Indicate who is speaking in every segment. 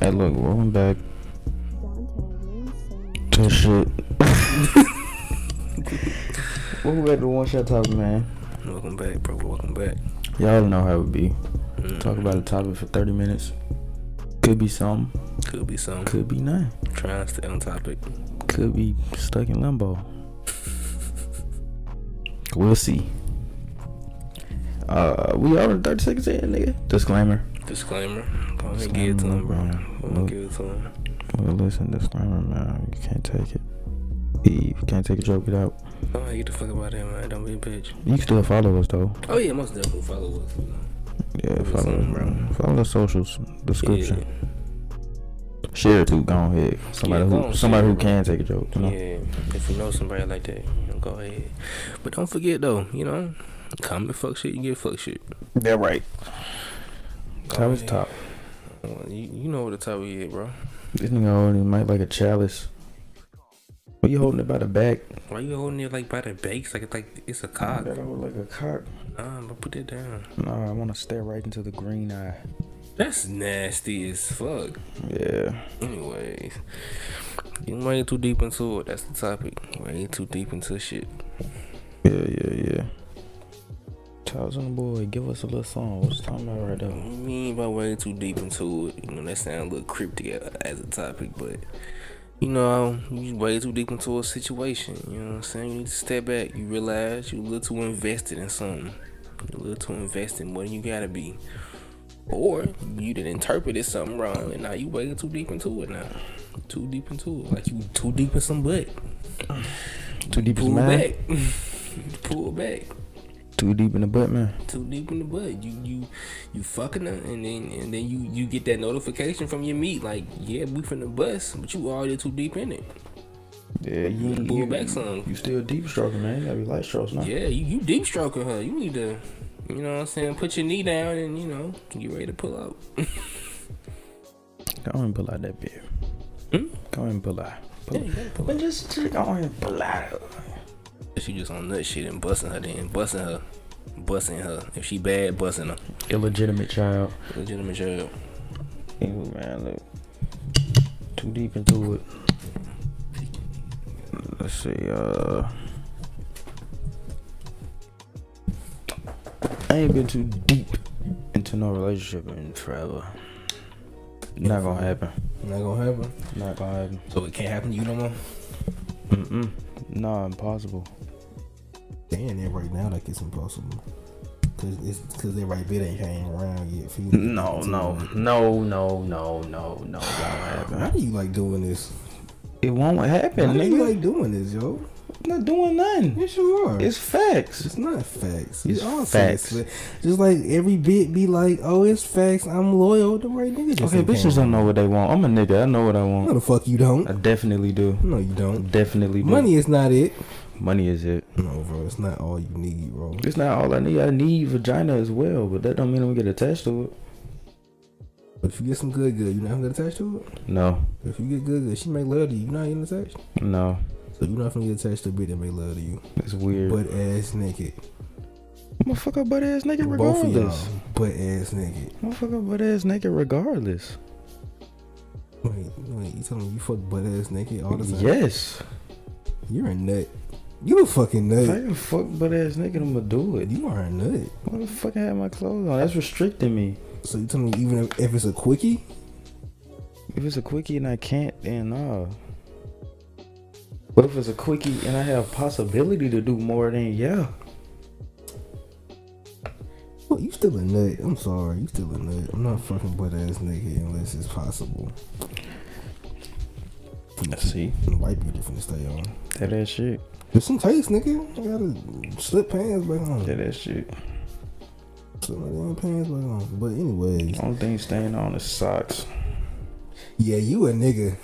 Speaker 1: Hey, look, welcome back
Speaker 2: Dante, you're insane.
Speaker 1: to shit. welcome back to One Shot Talk, man.
Speaker 3: Welcome back, bro. Welcome back.
Speaker 1: Y'all know how it be.
Speaker 3: Mm,
Speaker 1: Talk about a topic for 30 minutes. Could be something,
Speaker 3: could be some
Speaker 1: could be nothing.
Speaker 3: trying to stay on topic.
Speaker 1: Could be stuck in limbo. We'll see. Uh, we already 30 seconds in, nigga. Disclaimer.
Speaker 3: Disclaimer. Go ahead and give it to him, bro. I'm gonna
Speaker 1: Look.
Speaker 3: give it to him.
Speaker 1: Well, listen, disclaimer, man. You can't take it. You can't take a joke without.
Speaker 3: Oh, get the fuck about that, man. Don't be a bitch.
Speaker 1: You can still follow us, though.
Speaker 3: Oh yeah, most definitely follow us. you know.
Speaker 1: Yeah,
Speaker 3: Give us
Speaker 1: follow
Speaker 3: some,
Speaker 1: bro.
Speaker 3: bro.
Speaker 1: Follow the socials description.
Speaker 3: Yeah,
Speaker 1: Share it too. Go ahead. Somebody
Speaker 3: Yeah, go
Speaker 1: who
Speaker 3: on,
Speaker 1: somebody
Speaker 3: share
Speaker 1: who
Speaker 3: it,
Speaker 1: can take a joke. You know?
Speaker 3: yeah. If you know somebody like that, you know, go ahead. But don't forget though, you know, comment fuck shit, you get fuck shit.
Speaker 1: Yeah, right.
Speaker 3: Go
Speaker 1: Top is
Speaker 3: ahead.
Speaker 1: top.
Speaker 3: Well, You, you know what the top is, bro.
Speaker 1: This nigga holding his mic like a chalice. What you holding it by the back?
Speaker 3: Why you holding it like by the base? Like it's like it's a cock.
Speaker 1: That hold like a cock.
Speaker 3: Nah, but put it down.
Speaker 1: Nah, I want to stare right into the green eye.
Speaker 3: That's nasty as fuck.
Speaker 1: Yeah.
Speaker 3: Anyways, you way too deep into it. That's the topic. Way too deep into shit.
Speaker 1: Yeah, yeah, yeah. Charles and the boy, give us a little song. What's talking about right
Speaker 3: um, I
Speaker 1: now?
Speaker 3: mean, by way too deep into it, you know, that sound a little cryptic as a topic, but you know, you way too deep into a situation. You know what I'm saying? You need to step back. You realize you a little too invested in something. You're a little too invested in what you gotta be. Or you done interpreted something wrong, and now you way too deep into it now. Too deep into it. Like you too deep in some butt.
Speaker 1: Too deep in
Speaker 3: Pull
Speaker 1: the man.
Speaker 3: back. Pull back.
Speaker 1: Too deep in the butt, man.
Speaker 3: Too deep in the butt. You you you fucking her and then and then you you get that notification from your meat like, yeah, we finna bust, but you already too deep in it.
Speaker 1: Yeah, you
Speaker 3: Pull back some.
Speaker 1: You still deep stroking, man. You gotta be light strokes now.
Speaker 3: Yeah, you, you deep stroking her. You need to you know what I'm saying, put your knee down and you know, get ready to pull out.
Speaker 1: Go and pull out that beer.
Speaker 3: Hmm?
Speaker 1: Go and pull out.
Speaker 3: Yeah,
Speaker 1: Pull.
Speaker 3: you gotta pull
Speaker 1: But
Speaker 3: out.
Speaker 1: just, just go and pull out.
Speaker 3: She just on nut shit and busting her then busting her. Busting her. If she bad, busting her.
Speaker 1: Illegitimate child.
Speaker 3: Legitimate job.
Speaker 1: Ew, man, look. Too deep into it. Let's see, uh. I ain't been too deep into no relationship in forever. Not gonna happen.
Speaker 3: Not gonna happen.
Speaker 1: Not gonna happen.
Speaker 3: So it can't happen to you no more?
Speaker 1: Mm-mm. Nah, impossible.
Speaker 3: Saying that right now like it's impossible. Cause it's cause that right bit ain't came around yet for you.
Speaker 1: No, no, no, no, no, no, no.
Speaker 4: Why do you like doing this?
Speaker 1: It won't happen,
Speaker 4: Why do you
Speaker 1: nigga.
Speaker 4: like doing this, yo?
Speaker 1: I'm not doing nothing.
Speaker 4: Yes, you are.
Speaker 1: It's
Speaker 4: It's,
Speaker 1: facts.
Speaker 4: not facts.
Speaker 1: It's
Speaker 4: It's all facts. Just like every bit be like, oh, it's facts. I'm loyal. The right nigga. Just
Speaker 1: Okay,
Speaker 4: ain't
Speaker 1: bitches
Speaker 4: came.
Speaker 1: don't know what they want. I'm a nigga. I know what I
Speaker 4: No,
Speaker 1: want.
Speaker 4: the fuck you don't.
Speaker 1: I definitely do.
Speaker 4: No, you don't.
Speaker 1: Definitely do.
Speaker 4: Money is not it.
Speaker 1: Money is it.
Speaker 4: No, bro. It's not all you need, bro.
Speaker 1: It's not all I need. I need vagina as well, but that don't mean I'm gonna get attached to it.
Speaker 4: But if you get some good, good, you not gonna get attached to it.
Speaker 1: No,
Speaker 4: If you get good, good, she make love to you. You not getting attached.
Speaker 1: no,
Speaker 4: So you not gonna get attached to a bit that make love to you.
Speaker 1: it's weird. But
Speaker 4: Butt ass naked.
Speaker 1: motherfucker, butt ass naked
Speaker 4: Both of y'all.
Speaker 1: regardless.
Speaker 4: Butt ass naked.
Speaker 1: Motherfucker, butt ass naked regardless.
Speaker 4: Wait, wait. You telling me you fuck butt ass naked all the time?
Speaker 1: Yes,
Speaker 4: You're a nut. You a fucking
Speaker 1: if I
Speaker 4: nut.
Speaker 1: can fuck butt ass naked, I'ma do it.
Speaker 4: You are a nut.
Speaker 1: Why the fuck I have my clothes on? That's restricting me.
Speaker 4: So you tell me even if, if it's a quickie,
Speaker 1: If it's a quickie and I can't, then no. But if it's a quickie and I have possibility to do more, then yeah.
Speaker 4: well, you still a nut. I'm sorry, you still a nut. I'm not fucking butt ass naked unless it's possible.
Speaker 1: See,
Speaker 4: White people different to stay on.
Speaker 1: that ass shit.
Speaker 4: There's some taste, nigga. You gotta slip pants back on.
Speaker 1: That ass shit.
Speaker 4: Slip my damn pants back on. But anyways,
Speaker 1: Only thing staying on is socks.
Speaker 4: yeah, you a nigga.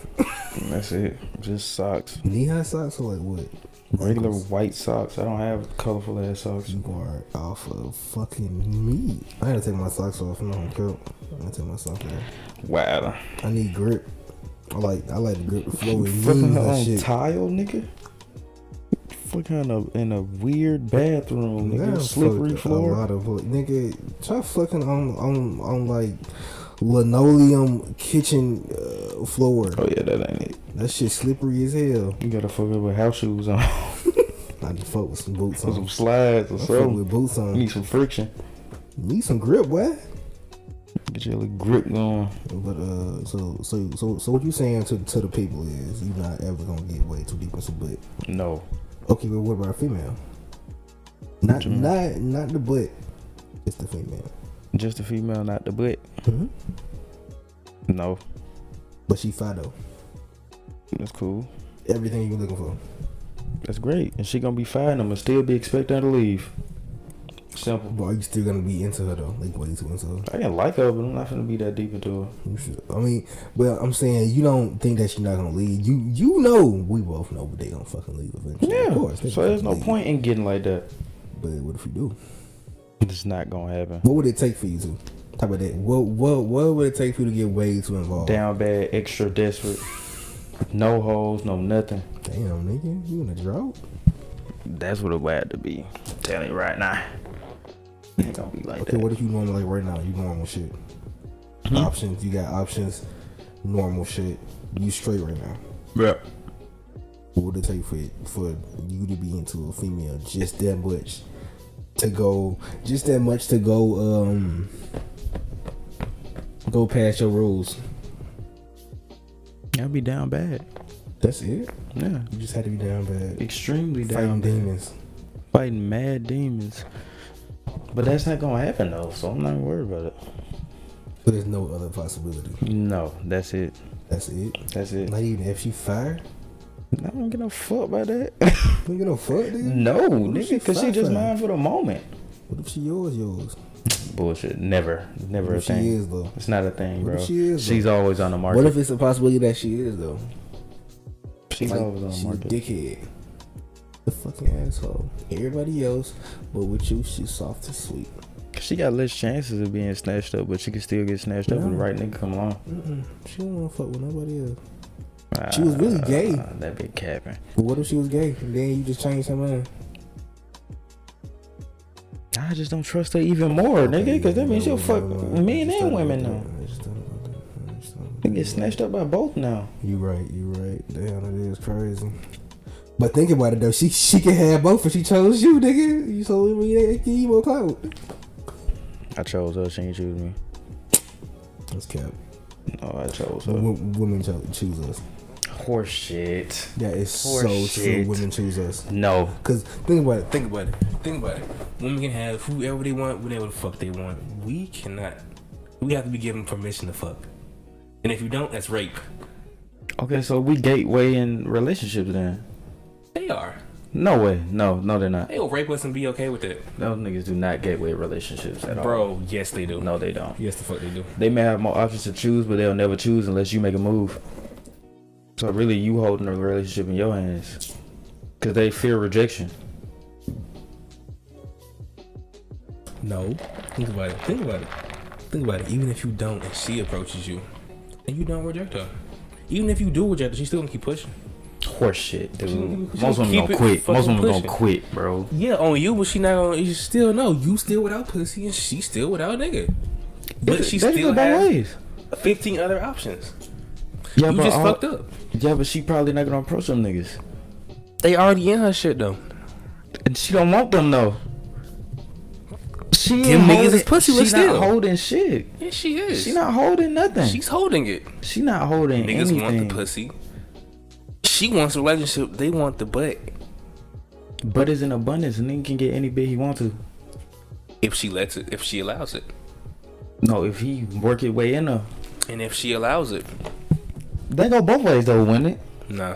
Speaker 1: And That's it. Just socks.
Speaker 4: Knee high socks are like what?
Speaker 1: Regular white socks. I don't have colorful ass socks.
Speaker 4: You are off of fucking me. I gotta take my socks off. No, I'm I gotta take my socks off.
Speaker 1: Wow.
Speaker 4: I need grip. I like I like the grip the flow and
Speaker 1: Fucking
Speaker 4: move
Speaker 1: her
Speaker 4: that
Speaker 1: on
Speaker 4: shit.
Speaker 1: tile, nigga. Fucking in a, in a weird bathroom,
Speaker 4: Yeah, I
Speaker 1: nigga.
Speaker 4: fucked
Speaker 1: Slippery
Speaker 4: A
Speaker 1: floor.
Speaker 4: lot of nigga try fucking on on on like linoleum kitchen uh, floor.
Speaker 1: Oh yeah, that ain't it.
Speaker 4: That shit slippery as hell.
Speaker 1: You gotta fuck up with house shoes on,
Speaker 4: I need to fuck with some boots
Speaker 1: or some
Speaker 4: on.
Speaker 1: slides or
Speaker 4: I fuck
Speaker 1: something.
Speaker 4: with boots
Speaker 1: You
Speaker 4: on.
Speaker 1: Need some friction.
Speaker 4: Need some grip, boy.
Speaker 1: Get your little grip going.
Speaker 4: But uh, so so so so what you saying to to the people is you not ever gonna get way too deep into butt.
Speaker 1: No.
Speaker 4: Okay, but what about a female? Not
Speaker 1: you mean?
Speaker 4: not not the butt. It's the female.
Speaker 1: Just a female, not the butt.
Speaker 4: Mhm.
Speaker 1: No.
Speaker 4: But she Fido.
Speaker 1: That's cool.
Speaker 4: Everything you looking for.
Speaker 1: That's great. And she gonna be fine. I'ma still be expecting her to leave. Simple.
Speaker 4: But are you still gonna be into her though? Like way too into her.
Speaker 1: I didn't like her, but I'm not gonna be that deep into her.
Speaker 4: You should- I mean, well, I'm saying you don't think that she's not gonna leave. You you know we both know, but they gonna fucking leave eventually.
Speaker 1: Yeah.
Speaker 4: of course. they
Speaker 1: so
Speaker 4: gonna
Speaker 1: there's no
Speaker 4: fucking leave.
Speaker 1: point in getting like that.
Speaker 4: But what if you do?
Speaker 1: It's not gonna happen.
Speaker 4: What would it take for you to? Talk about that. What what what would it take for you to get way too involved?
Speaker 1: Down bad, extra desperate. No holes, no nothing.
Speaker 4: Damn, nigga, you in a drought?
Speaker 1: That's what it would have to be. I'm telling you right now. Ain't gonna be like
Speaker 4: Okay,
Speaker 1: that.
Speaker 4: what if you normal like right now? You normal shit.
Speaker 1: Hmm?
Speaker 4: Options, you got options. Normal shit. You straight right now.
Speaker 1: Yeah.
Speaker 4: What would it take for for you to be into a female just that much to go just that much to go um go past your rules?
Speaker 1: I'll be down bad.
Speaker 4: That's it.
Speaker 1: Yeah.
Speaker 4: You just had to be down bad.
Speaker 1: Extremely down
Speaker 4: Fighting
Speaker 1: bad.
Speaker 4: demons.
Speaker 1: Fighting mad demons. But that's not gonna happen though, so I'm not worried about it.
Speaker 4: But there's no other possibility.
Speaker 1: No, that's it.
Speaker 4: That's it.
Speaker 1: That's it.
Speaker 4: Not even if she fired.
Speaker 1: I don't give no fuck about that.
Speaker 4: Don't get no fuck, nigga.
Speaker 1: no,
Speaker 4: if she
Speaker 1: nigga, cause she just
Speaker 4: fucking?
Speaker 1: mine for the moment.
Speaker 4: What if she yours? Yours.
Speaker 1: Bullshit. Never. Never
Speaker 4: What
Speaker 1: a
Speaker 4: if she
Speaker 1: thing.
Speaker 4: is though?
Speaker 1: It's not a thing,
Speaker 4: What
Speaker 1: bro.
Speaker 4: if she is,
Speaker 1: She's always on the market.
Speaker 4: What if it's a possibility that she is though?
Speaker 1: She's
Speaker 4: Like,
Speaker 1: always on the
Speaker 4: she's
Speaker 1: market.
Speaker 4: a dickhead. The fucking asshole. Everybody else, but with you, she's soft and sweet.
Speaker 1: She got less chances of being snatched up, but she can still get snatched up when the
Speaker 4: No.
Speaker 1: right nigga come along.
Speaker 4: Mm-mm. She don't want to fuck with nobody else. She was really
Speaker 1: Ah,
Speaker 4: gay.
Speaker 1: That big capping.
Speaker 4: But what if she was gay? And then you just changed her mind.
Speaker 1: I just don't trust her even more, nigga, because that means she'll fuck men and women now. They get snatched up by both now.
Speaker 4: You right, you right. Damn, it is crazy. But think about it though. She she can have both, but she chose you, nigga. You told me that give you more clout.
Speaker 1: I chose her. She ain't choose me.
Speaker 4: That's cap.
Speaker 1: No, I chose her.
Speaker 4: W- women cho- choose us.
Speaker 1: Horse shit.
Speaker 4: That is so
Speaker 1: Horse shit.
Speaker 4: true. Women choose us.
Speaker 1: No.
Speaker 4: Cause think about it.
Speaker 3: Think about it. Think about it. Women can have whoever they want, whatever the fuck they want. We cannot. We have to be given permission to fuck. And if you don't, that's rape.
Speaker 1: Okay, so we gateway in relationships then.
Speaker 3: They are.
Speaker 1: No way. No, no, they're not.
Speaker 3: They'll rape us and be okay with it.
Speaker 1: Those niggas do not gateway relationships at all.
Speaker 3: Bro, yes, they do.
Speaker 1: No, they don't.
Speaker 3: Yes, the fuck they do.
Speaker 1: They may have more options to choose, but they'll never choose unless you make a move. So really, you holding the relationship in your hands because they fear rejection.
Speaker 3: No. Think about it. Think about it. Think about it. Even if you don't and she approaches you and you don't reject her. Even if you do reject her, she's still gonna keep pushing.
Speaker 1: Horse shit, dude.
Speaker 3: Keep
Speaker 1: Most women
Speaker 3: it
Speaker 1: gonna quit. Most
Speaker 3: fucking
Speaker 1: women gonna
Speaker 3: pushing.
Speaker 1: quit, bro.
Speaker 3: Yeah, on you, but she not gonna you still no, you still without pussy and she still without nigga. But she
Speaker 1: They do
Speaker 3: still
Speaker 1: it both
Speaker 3: has
Speaker 1: ways.
Speaker 3: 15 other options.
Speaker 1: Yeah,
Speaker 3: you
Speaker 1: but
Speaker 3: just
Speaker 1: all-
Speaker 3: fucked up.
Speaker 1: yeah, but she probably not gonna approach them niggas,
Speaker 3: They already in her shit though.
Speaker 1: and she don't want them though. She ain't
Speaker 3: Them niggas
Speaker 1: holding-
Speaker 3: is pussy
Speaker 1: She
Speaker 3: lips still.
Speaker 1: not holding shit.
Speaker 3: Yeah, she is.
Speaker 1: She not holding nothing.
Speaker 3: She's holding it.
Speaker 1: she not holding
Speaker 3: Niggas
Speaker 1: anything.
Speaker 3: want the pussy. She wants a relationship. They want the butt.
Speaker 1: But it's in abundance, and nigga can get any bit he wants to.
Speaker 3: If she lets it, if she allows it,
Speaker 1: No, if he work his way in her,
Speaker 3: and if she allows it,
Speaker 1: They go both ways though, wouldn't it?
Speaker 3: nah,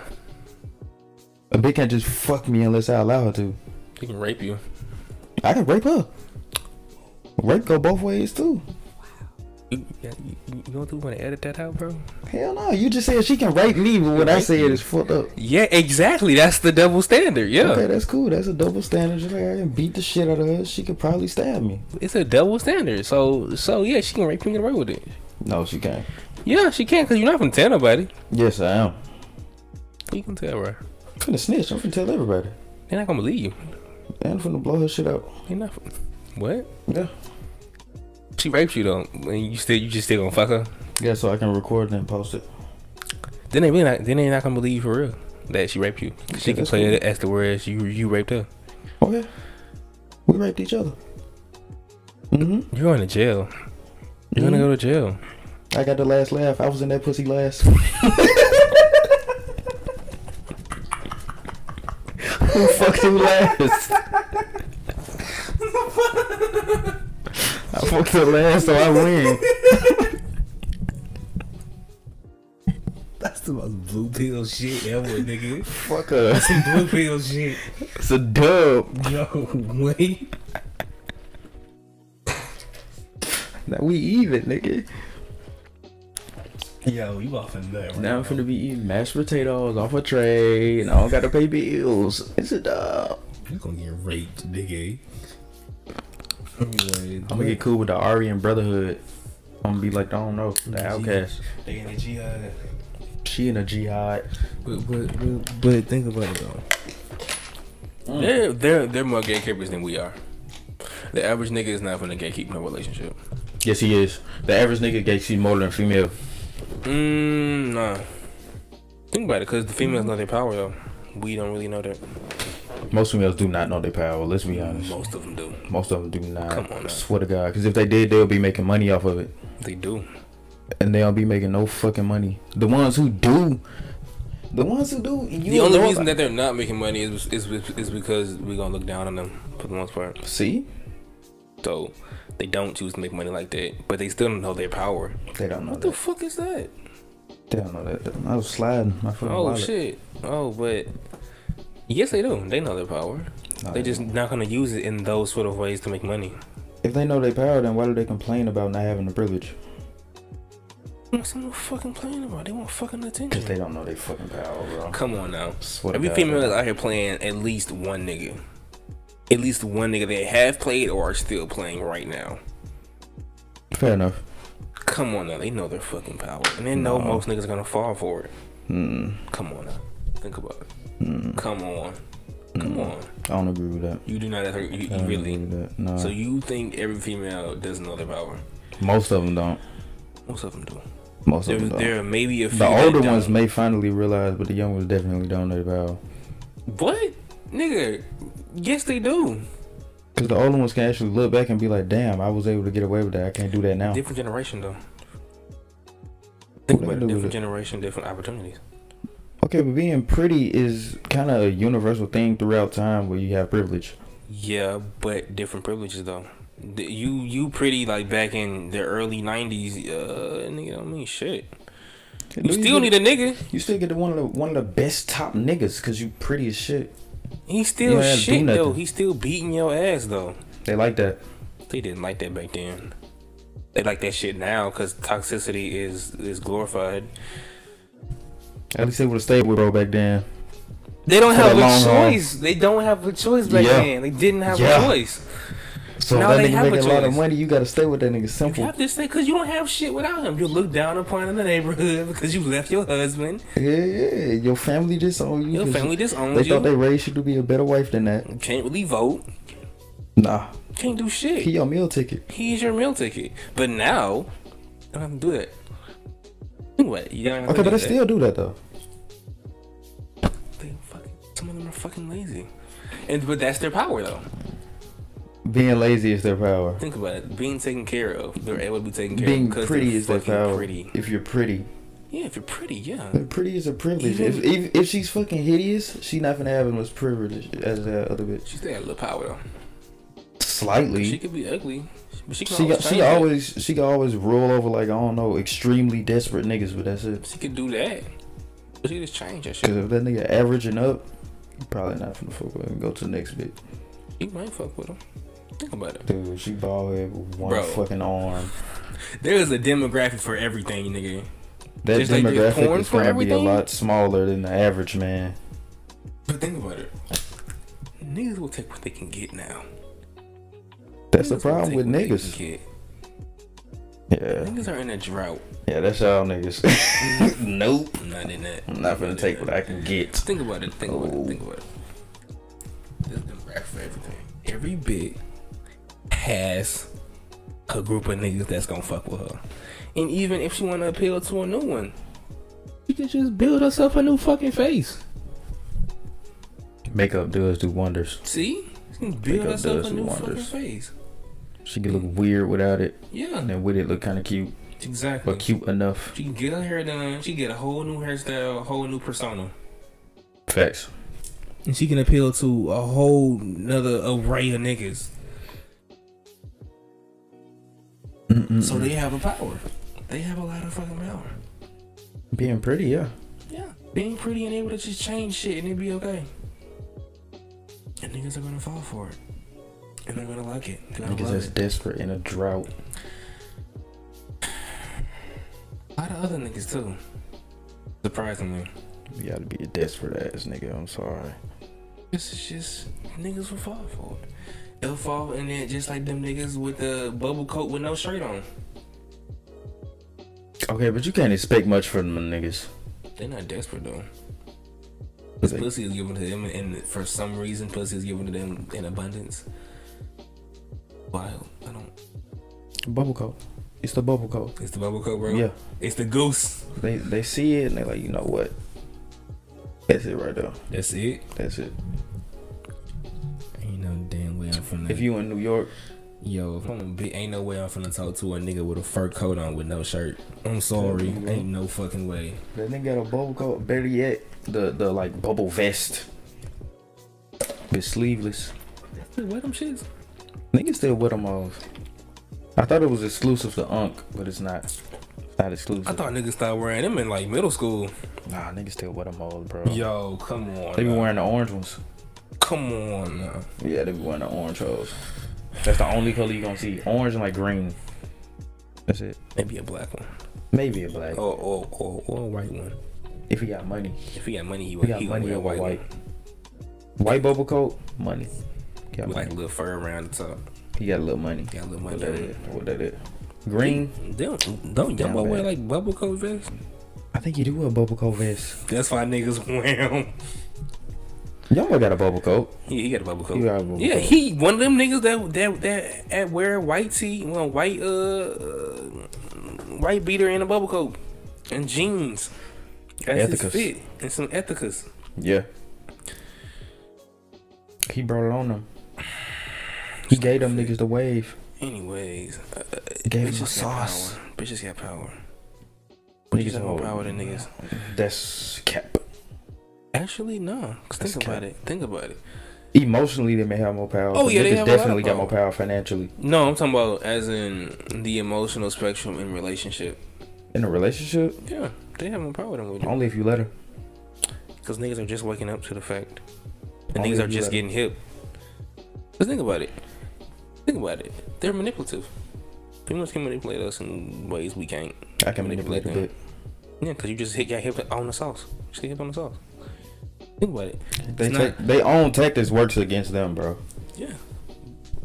Speaker 1: A bitch can't just fuck me unless I allow her to.
Speaker 3: they can rape you.
Speaker 1: I can rape her. Rape go both ways too.
Speaker 3: You, you, you don't want to edit that out, bro?
Speaker 1: Hell no, you just said she can rape me, but what I said is fucked up.
Speaker 3: Yeah, exactly. That's the double standard. Yeah,
Speaker 1: Okay, that's cool. That's a double standard. Just like I can beat the shit out of her, she could probably stab me.
Speaker 3: it's a double standard. So, so yeah, she can rape you and get away with it.
Speaker 1: No, she can't.
Speaker 3: Yeah, she can because you're not gonna tell nobody.
Speaker 1: Yes, I am.
Speaker 3: You can tell her.
Speaker 1: I'm finna snitch. I'm finna tell everybody.
Speaker 3: They're not gonna believe you.
Speaker 1: And I'm finna blow her shit up.
Speaker 3: They're not. What?
Speaker 1: Yeah.
Speaker 3: She raped you though, and you still you just still gonna fuck her.
Speaker 1: Yeah, so I can record it and post it.
Speaker 3: Then they really not, then they not gonna believe you for real that she raped you. She
Speaker 1: Yeah,
Speaker 3: can
Speaker 1: that's
Speaker 3: play
Speaker 1: cool.
Speaker 3: it as the words you you raped her.
Speaker 1: Oh yeah. We raped each other. hmm
Speaker 3: You're going to jail. You're gonna
Speaker 1: Mhm.
Speaker 4: Mm-hmm.
Speaker 3: go to jail.
Speaker 1: I got the last laugh. I was in that pussy last. Who fucked you last? I fucked her last, so I win.
Speaker 4: That's the most blue pill shit ever, nigga.
Speaker 1: Fuck her.
Speaker 4: Some blue pill shit.
Speaker 1: It's a dub.
Speaker 4: Yo, wait.
Speaker 1: Now we even, nigga.
Speaker 4: Yo, you off in there.
Speaker 1: Now I'm finna be eating mashed potatoes off a tray, and I don't gotta pay bills. It's a dub.
Speaker 4: You gonna get raped, nigga. Anyway,
Speaker 1: I'm gonna get cool with the Ari and Brotherhood. I'm gonna be like, I don't know, the outcast.
Speaker 4: They in the GI.
Speaker 1: She in a jihad.
Speaker 4: But, but, but, but think about it though.
Speaker 3: They're they're they're more gatekeepers than we are. The average nigga is not gonna gatekeep no relationship.
Speaker 1: Yes, he is. The average nigga gets you more than a female.
Speaker 3: Mm, nah. Think about it, because the females know their power, though. We don't really know that.
Speaker 1: Most females do not know their power. Let's be honest.
Speaker 3: Most of them do.
Speaker 1: Most of them do not.
Speaker 3: Come on now.
Speaker 1: swear to God, because if they did, they'll be making money off of it,
Speaker 3: They do.
Speaker 1: and they don't be making no fucking money. The ones who do, the ones who do, you
Speaker 3: the only
Speaker 1: know
Speaker 3: reason
Speaker 1: about-
Speaker 3: that they're not making money is is, is because we're gonna look down on them for the most part.
Speaker 1: see,
Speaker 3: So they don't choose to make money like that, but they still don't know their power.
Speaker 1: they don't know
Speaker 3: What the
Speaker 1: that.
Speaker 3: fuck is that?
Speaker 1: They don't know that. I was sliding my fucking
Speaker 3: Oh
Speaker 1: wallet.
Speaker 3: shit. Oh, but yes, they do. They know their power.
Speaker 1: Nah,
Speaker 3: They just not gonna use it in those sort of ways to make money.
Speaker 1: if they know their power, then why do they complain about not having the privilege?
Speaker 3: What's someone fucking playing about? They want fucking attention.
Speaker 1: Because they uh, don't know their fucking power, bro.
Speaker 3: Come on now.
Speaker 1: Swear to
Speaker 3: Every
Speaker 1: God,
Speaker 3: female
Speaker 1: bro.
Speaker 3: is out here playing at least one nigga. At least one nigga they have played or are still playing right now.
Speaker 1: Fair enough.
Speaker 3: Come on now, they know their fucking power. And they know
Speaker 1: No.
Speaker 3: most niggas gonna fall for it.
Speaker 1: Mm,
Speaker 3: Come on now. Think about it.
Speaker 1: mm,
Speaker 3: Come on. Come
Speaker 1: Mm.
Speaker 3: on.
Speaker 1: I don't agree with that.
Speaker 3: You do not hurt you,
Speaker 1: I
Speaker 3: you
Speaker 1: don't
Speaker 3: really.
Speaker 1: agree with that. No.
Speaker 3: So you think every female doesn't know their power?
Speaker 1: most of them don't.
Speaker 3: Most of them do.
Speaker 1: Most
Speaker 3: There,
Speaker 1: of them don't.
Speaker 3: there are maybe a few.
Speaker 1: The
Speaker 3: that
Speaker 1: older
Speaker 3: don't.
Speaker 1: ones may finally realize, but the young ones definitely don't know about.
Speaker 3: What? Nigga. Yes, they do.
Speaker 1: Because the older ones can actually look back and be like, damn, I was able to get away with that. I can't do that now.
Speaker 3: Different generation, though. Think
Speaker 1: What
Speaker 3: about
Speaker 1: they do
Speaker 3: it.
Speaker 1: with
Speaker 3: Different
Speaker 1: it?
Speaker 3: generation, different opportunities.
Speaker 1: Okay, but being pretty is kind of a universal thing throughout time where you have privilege.
Speaker 3: Yeah, but different privileges though. The- You you pretty like back in the early nineties, uh nigga don't mean shit. You still need a nigga.
Speaker 1: You still get the one of the one of the best top niggas because you pretty as shit.
Speaker 3: He
Speaker 1: You
Speaker 3: still
Speaker 1: don't have to do
Speaker 3: shit though.
Speaker 1: nothing.
Speaker 3: He still beating your ass though.
Speaker 1: They like that.
Speaker 3: They didn't like that back then. They like that shit now because toxicity is is glorified.
Speaker 1: At least they would have stayed with bro back then.
Speaker 3: They don't
Speaker 1: For
Speaker 3: have
Speaker 1: the
Speaker 3: a
Speaker 1: long haul.
Speaker 3: choice. They don't have a choice back
Speaker 1: Yeah.
Speaker 3: then. They didn't have
Speaker 1: Yeah.
Speaker 3: a choice.
Speaker 1: So
Speaker 3: Now
Speaker 1: if that
Speaker 3: they have
Speaker 1: nigga
Speaker 3: a
Speaker 1: make a lot of
Speaker 3: choice.
Speaker 1: money, you got to stay with that nigga.
Speaker 3: You
Speaker 1: Simple.
Speaker 3: have to say because you don't have shit without him. You look down upon in the neighborhood because you left your husband.
Speaker 1: Yeah, yeah. Your family just owned you.
Speaker 3: Your
Speaker 1: 'cause
Speaker 3: family disowns
Speaker 1: They
Speaker 3: you.
Speaker 1: thought they raised you to be a better wife than that.
Speaker 3: You can't really vote.
Speaker 1: Nah.
Speaker 3: Can't do shit.
Speaker 1: He your meal ticket.
Speaker 3: He's your meal ticket. But now, I don't have to do that. What? You don't have
Speaker 1: Okay,
Speaker 3: to
Speaker 1: but they
Speaker 3: do that.
Speaker 1: still do that though.
Speaker 3: They fucking, some of them are fucking lazy. And but that's their power though.
Speaker 1: Being lazy is their power.
Speaker 3: Think about it. Being taken care of, they're able to be taken care
Speaker 1: Being
Speaker 3: of because
Speaker 1: pretty
Speaker 3: they're
Speaker 1: is their
Speaker 3: fucking
Speaker 1: power.
Speaker 3: pretty.
Speaker 1: If you're pretty,
Speaker 3: Yeah, if you're pretty, yeah.
Speaker 1: Then pretty is a privilege. If,
Speaker 3: Even-
Speaker 1: if if she's fucking hideous, she not gonna have as much privilege as that other bitch.
Speaker 3: She still got a little power though. She
Speaker 1: Slightly.
Speaker 3: could be ugly, but she can
Speaker 1: She got,
Speaker 3: always.
Speaker 1: she
Speaker 3: change it.
Speaker 1: always she can always roll over like I don't know extremely desperate niggas, but that's it.
Speaker 3: She could do that. But she just change that shit.
Speaker 1: Cause if that nigga averaging up, you probably not finna fuck with him. Go to the next bitch.
Speaker 3: You might fuck with them. Think about it.
Speaker 1: Dude, she bald head with one
Speaker 3: Bro.
Speaker 1: fucking arm.
Speaker 3: There is a demographic for everything, nigga.
Speaker 1: That
Speaker 3: Just like there's
Speaker 1: demographic
Speaker 3: porn
Speaker 1: is
Speaker 3: for
Speaker 1: gonna be a
Speaker 3: everything?
Speaker 1: lot smaller than the average man.
Speaker 3: But think about it. Niggas will take what they can get now.
Speaker 1: That's the
Speaker 3: Niggas will
Speaker 1: problem
Speaker 3: take
Speaker 1: with
Speaker 3: what they
Speaker 1: niggas.
Speaker 3: can get.
Speaker 1: Yeah,
Speaker 3: Niggas are in a drought.
Speaker 1: yeah, that's y'all niggas.
Speaker 3: nope, not in that.
Speaker 1: I'm not gonna take what I can get.
Speaker 3: Think about it. Think about
Speaker 1: Oh.
Speaker 3: it. Think about it. There's been rap for everything. Every bit has a group of niggas that's gonna fuck with her. And even if she wanna appeal to a new one, she could just build herself a new fucking face.
Speaker 1: Makeup does do wonders.
Speaker 3: See? She can build
Speaker 1: Makeup
Speaker 3: herself
Speaker 1: does
Speaker 3: a new
Speaker 1: wonders.
Speaker 3: fucking face.
Speaker 1: She could look weird without it, and
Speaker 3: Yeah,
Speaker 1: then with it look kind of cute,
Speaker 3: exactly.
Speaker 1: but cute enough.
Speaker 3: She can get her hair done. She can get a whole new hairstyle, a whole new persona.
Speaker 1: Facts.
Speaker 3: And she can appeal to a whole nother array of niggas. So they have a power. They have a lot of fucking power.
Speaker 1: being pretty, yeah.
Speaker 3: Yeah. Being pretty and able to just change shit and it'd be okay. And niggas are gonna fall for it. And they're gonna like it. They're gonna
Speaker 1: Niggas
Speaker 3: love
Speaker 1: that's
Speaker 3: it.
Speaker 1: desperate in a drought.
Speaker 3: A lot of other niggas too. Surprisingly.
Speaker 1: You gotta be a desperate ass nigga. I'm sorry.
Speaker 3: This is just niggas will fall for it. They'll fall in it just like them niggas with the bubble coat with no shirt on.
Speaker 1: Okay, but you can't expect much from them niggas.
Speaker 3: They're not desperate though.
Speaker 1: 'Cause
Speaker 3: This
Speaker 1: they-
Speaker 3: pussy is given to them, and for some reason, pussy is given to them in abundance. Wild. I don't.
Speaker 1: Bubble coat. It's the bubble coat.
Speaker 3: It's the bubble coat, bro.
Speaker 1: Yeah.
Speaker 3: It's the goose.
Speaker 1: They they see it and they like, you know what? That's it right there.
Speaker 3: That's it.
Speaker 1: That's it.
Speaker 3: Ain't no damn way I'm finna.
Speaker 1: If you in New York,
Speaker 3: yo, if I'm gonna be, ain't no way I'm finna talk to a nigga with a fur coat on with no shirt. I'm sorry.
Speaker 1: Mhm.
Speaker 3: Ain't no fucking way.
Speaker 1: that nigga got a bubble coat. Better yet, the the like bubble vest. But sleeveless.
Speaker 3: What them shits?
Speaker 1: Niggas still wear them all. I thought it was exclusive to Unk, but it's not. It's not exclusive.
Speaker 3: I thought niggas stopped wearing them in like middle school.
Speaker 1: nah, niggas still wear them all, bro.
Speaker 3: Yo, come on.
Speaker 1: They be
Speaker 3: now.
Speaker 1: wearing the orange ones.
Speaker 3: Come on. Now.
Speaker 1: Yeah, they be wearing the orange hose. That's the only color you gonna see. Orange and like green. That's it.
Speaker 3: Maybe a black one.
Speaker 1: Maybe a black.
Speaker 3: Or or or, or a white one.
Speaker 1: If he got money.
Speaker 3: If he got money, he
Speaker 1: We
Speaker 3: would.
Speaker 1: got
Speaker 3: He would
Speaker 1: money
Speaker 3: wear a
Speaker 1: over
Speaker 3: white,
Speaker 1: white.
Speaker 3: white.
Speaker 1: White, bubble coat, money. Got
Speaker 3: with like
Speaker 1: money.
Speaker 3: little fur around the top.
Speaker 1: He got a little money.
Speaker 3: Got a little
Speaker 1: What
Speaker 3: money.
Speaker 1: that
Speaker 3: on it.
Speaker 1: is? What that is? Green.
Speaker 3: Don't don't
Speaker 1: Damn
Speaker 3: young boy wear
Speaker 1: bad.
Speaker 3: like bubble coat vest?
Speaker 1: I think you do wear a bubble coat vest.
Speaker 3: That's why niggas wear him.
Speaker 1: Y'all got a bubble coat.
Speaker 3: Yeah, he got a bubble coat.
Speaker 1: He got a bubble
Speaker 3: yeah,
Speaker 1: coat.
Speaker 3: he one of them niggas that that that at wear white tee, well, white uh, uh white beater and a bubble coat and jeans. That's
Speaker 1: Ethicas.
Speaker 3: his fit and some ethicas.
Speaker 1: Yeah. He brought it on them. He gave them niggas the wave.
Speaker 3: Anyways, uh,
Speaker 1: Gave him
Speaker 3: bitches
Speaker 1: the
Speaker 3: got
Speaker 1: sauce.
Speaker 3: power. Bitches got power.
Speaker 1: Niggas
Speaker 3: Bitches have more
Speaker 1: old.
Speaker 3: power than niggas.
Speaker 1: That's cap.
Speaker 3: Actually, no. 'cause
Speaker 1: That's
Speaker 3: Think about
Speaker 1: cap.
Speaker 3: it. Think about it.
Speaker 1: Emotionally, they may have more power.
Speaker 3: Oh,
Speaker 1: but
Speaker 3: yeah, they
Speaker 1: niggas
Speaker 3: have a lot of
Speaker 1: definitely got more
Speaker 3: power.
Speaker 1: power financially
Speaker 3: No, I'm talking about as in the emotional spectrum in relationship.
Speaker 1: in a relationship.
Speaker 3: Yeah, they have more power than we do.
Speaker 1: Only if you let her.
Speaker 3: Because niggas are just waking up to the fact. And
Speaker 1: Only
Speaker 3: niggas
Speaker 1: if
Speaker 3: are
Speaker 1: you
Speaker 3: just
Speaker 1: let 'em.
Speaker 3: getting hip. Because think about it. Think about it. They're manipulative. Females can manipulate us in ways we can't.
Speaker 1: I can manipulate a bit.
Speaker 3: Yeah, because you just hit got hip on the sauce. Just get hip on the sauce. Think about it.
Speaker 1: They
Speaker 3: It's
Speaker 1: ta- they own tactics works against them, bro.
Speaker 3: Yeah.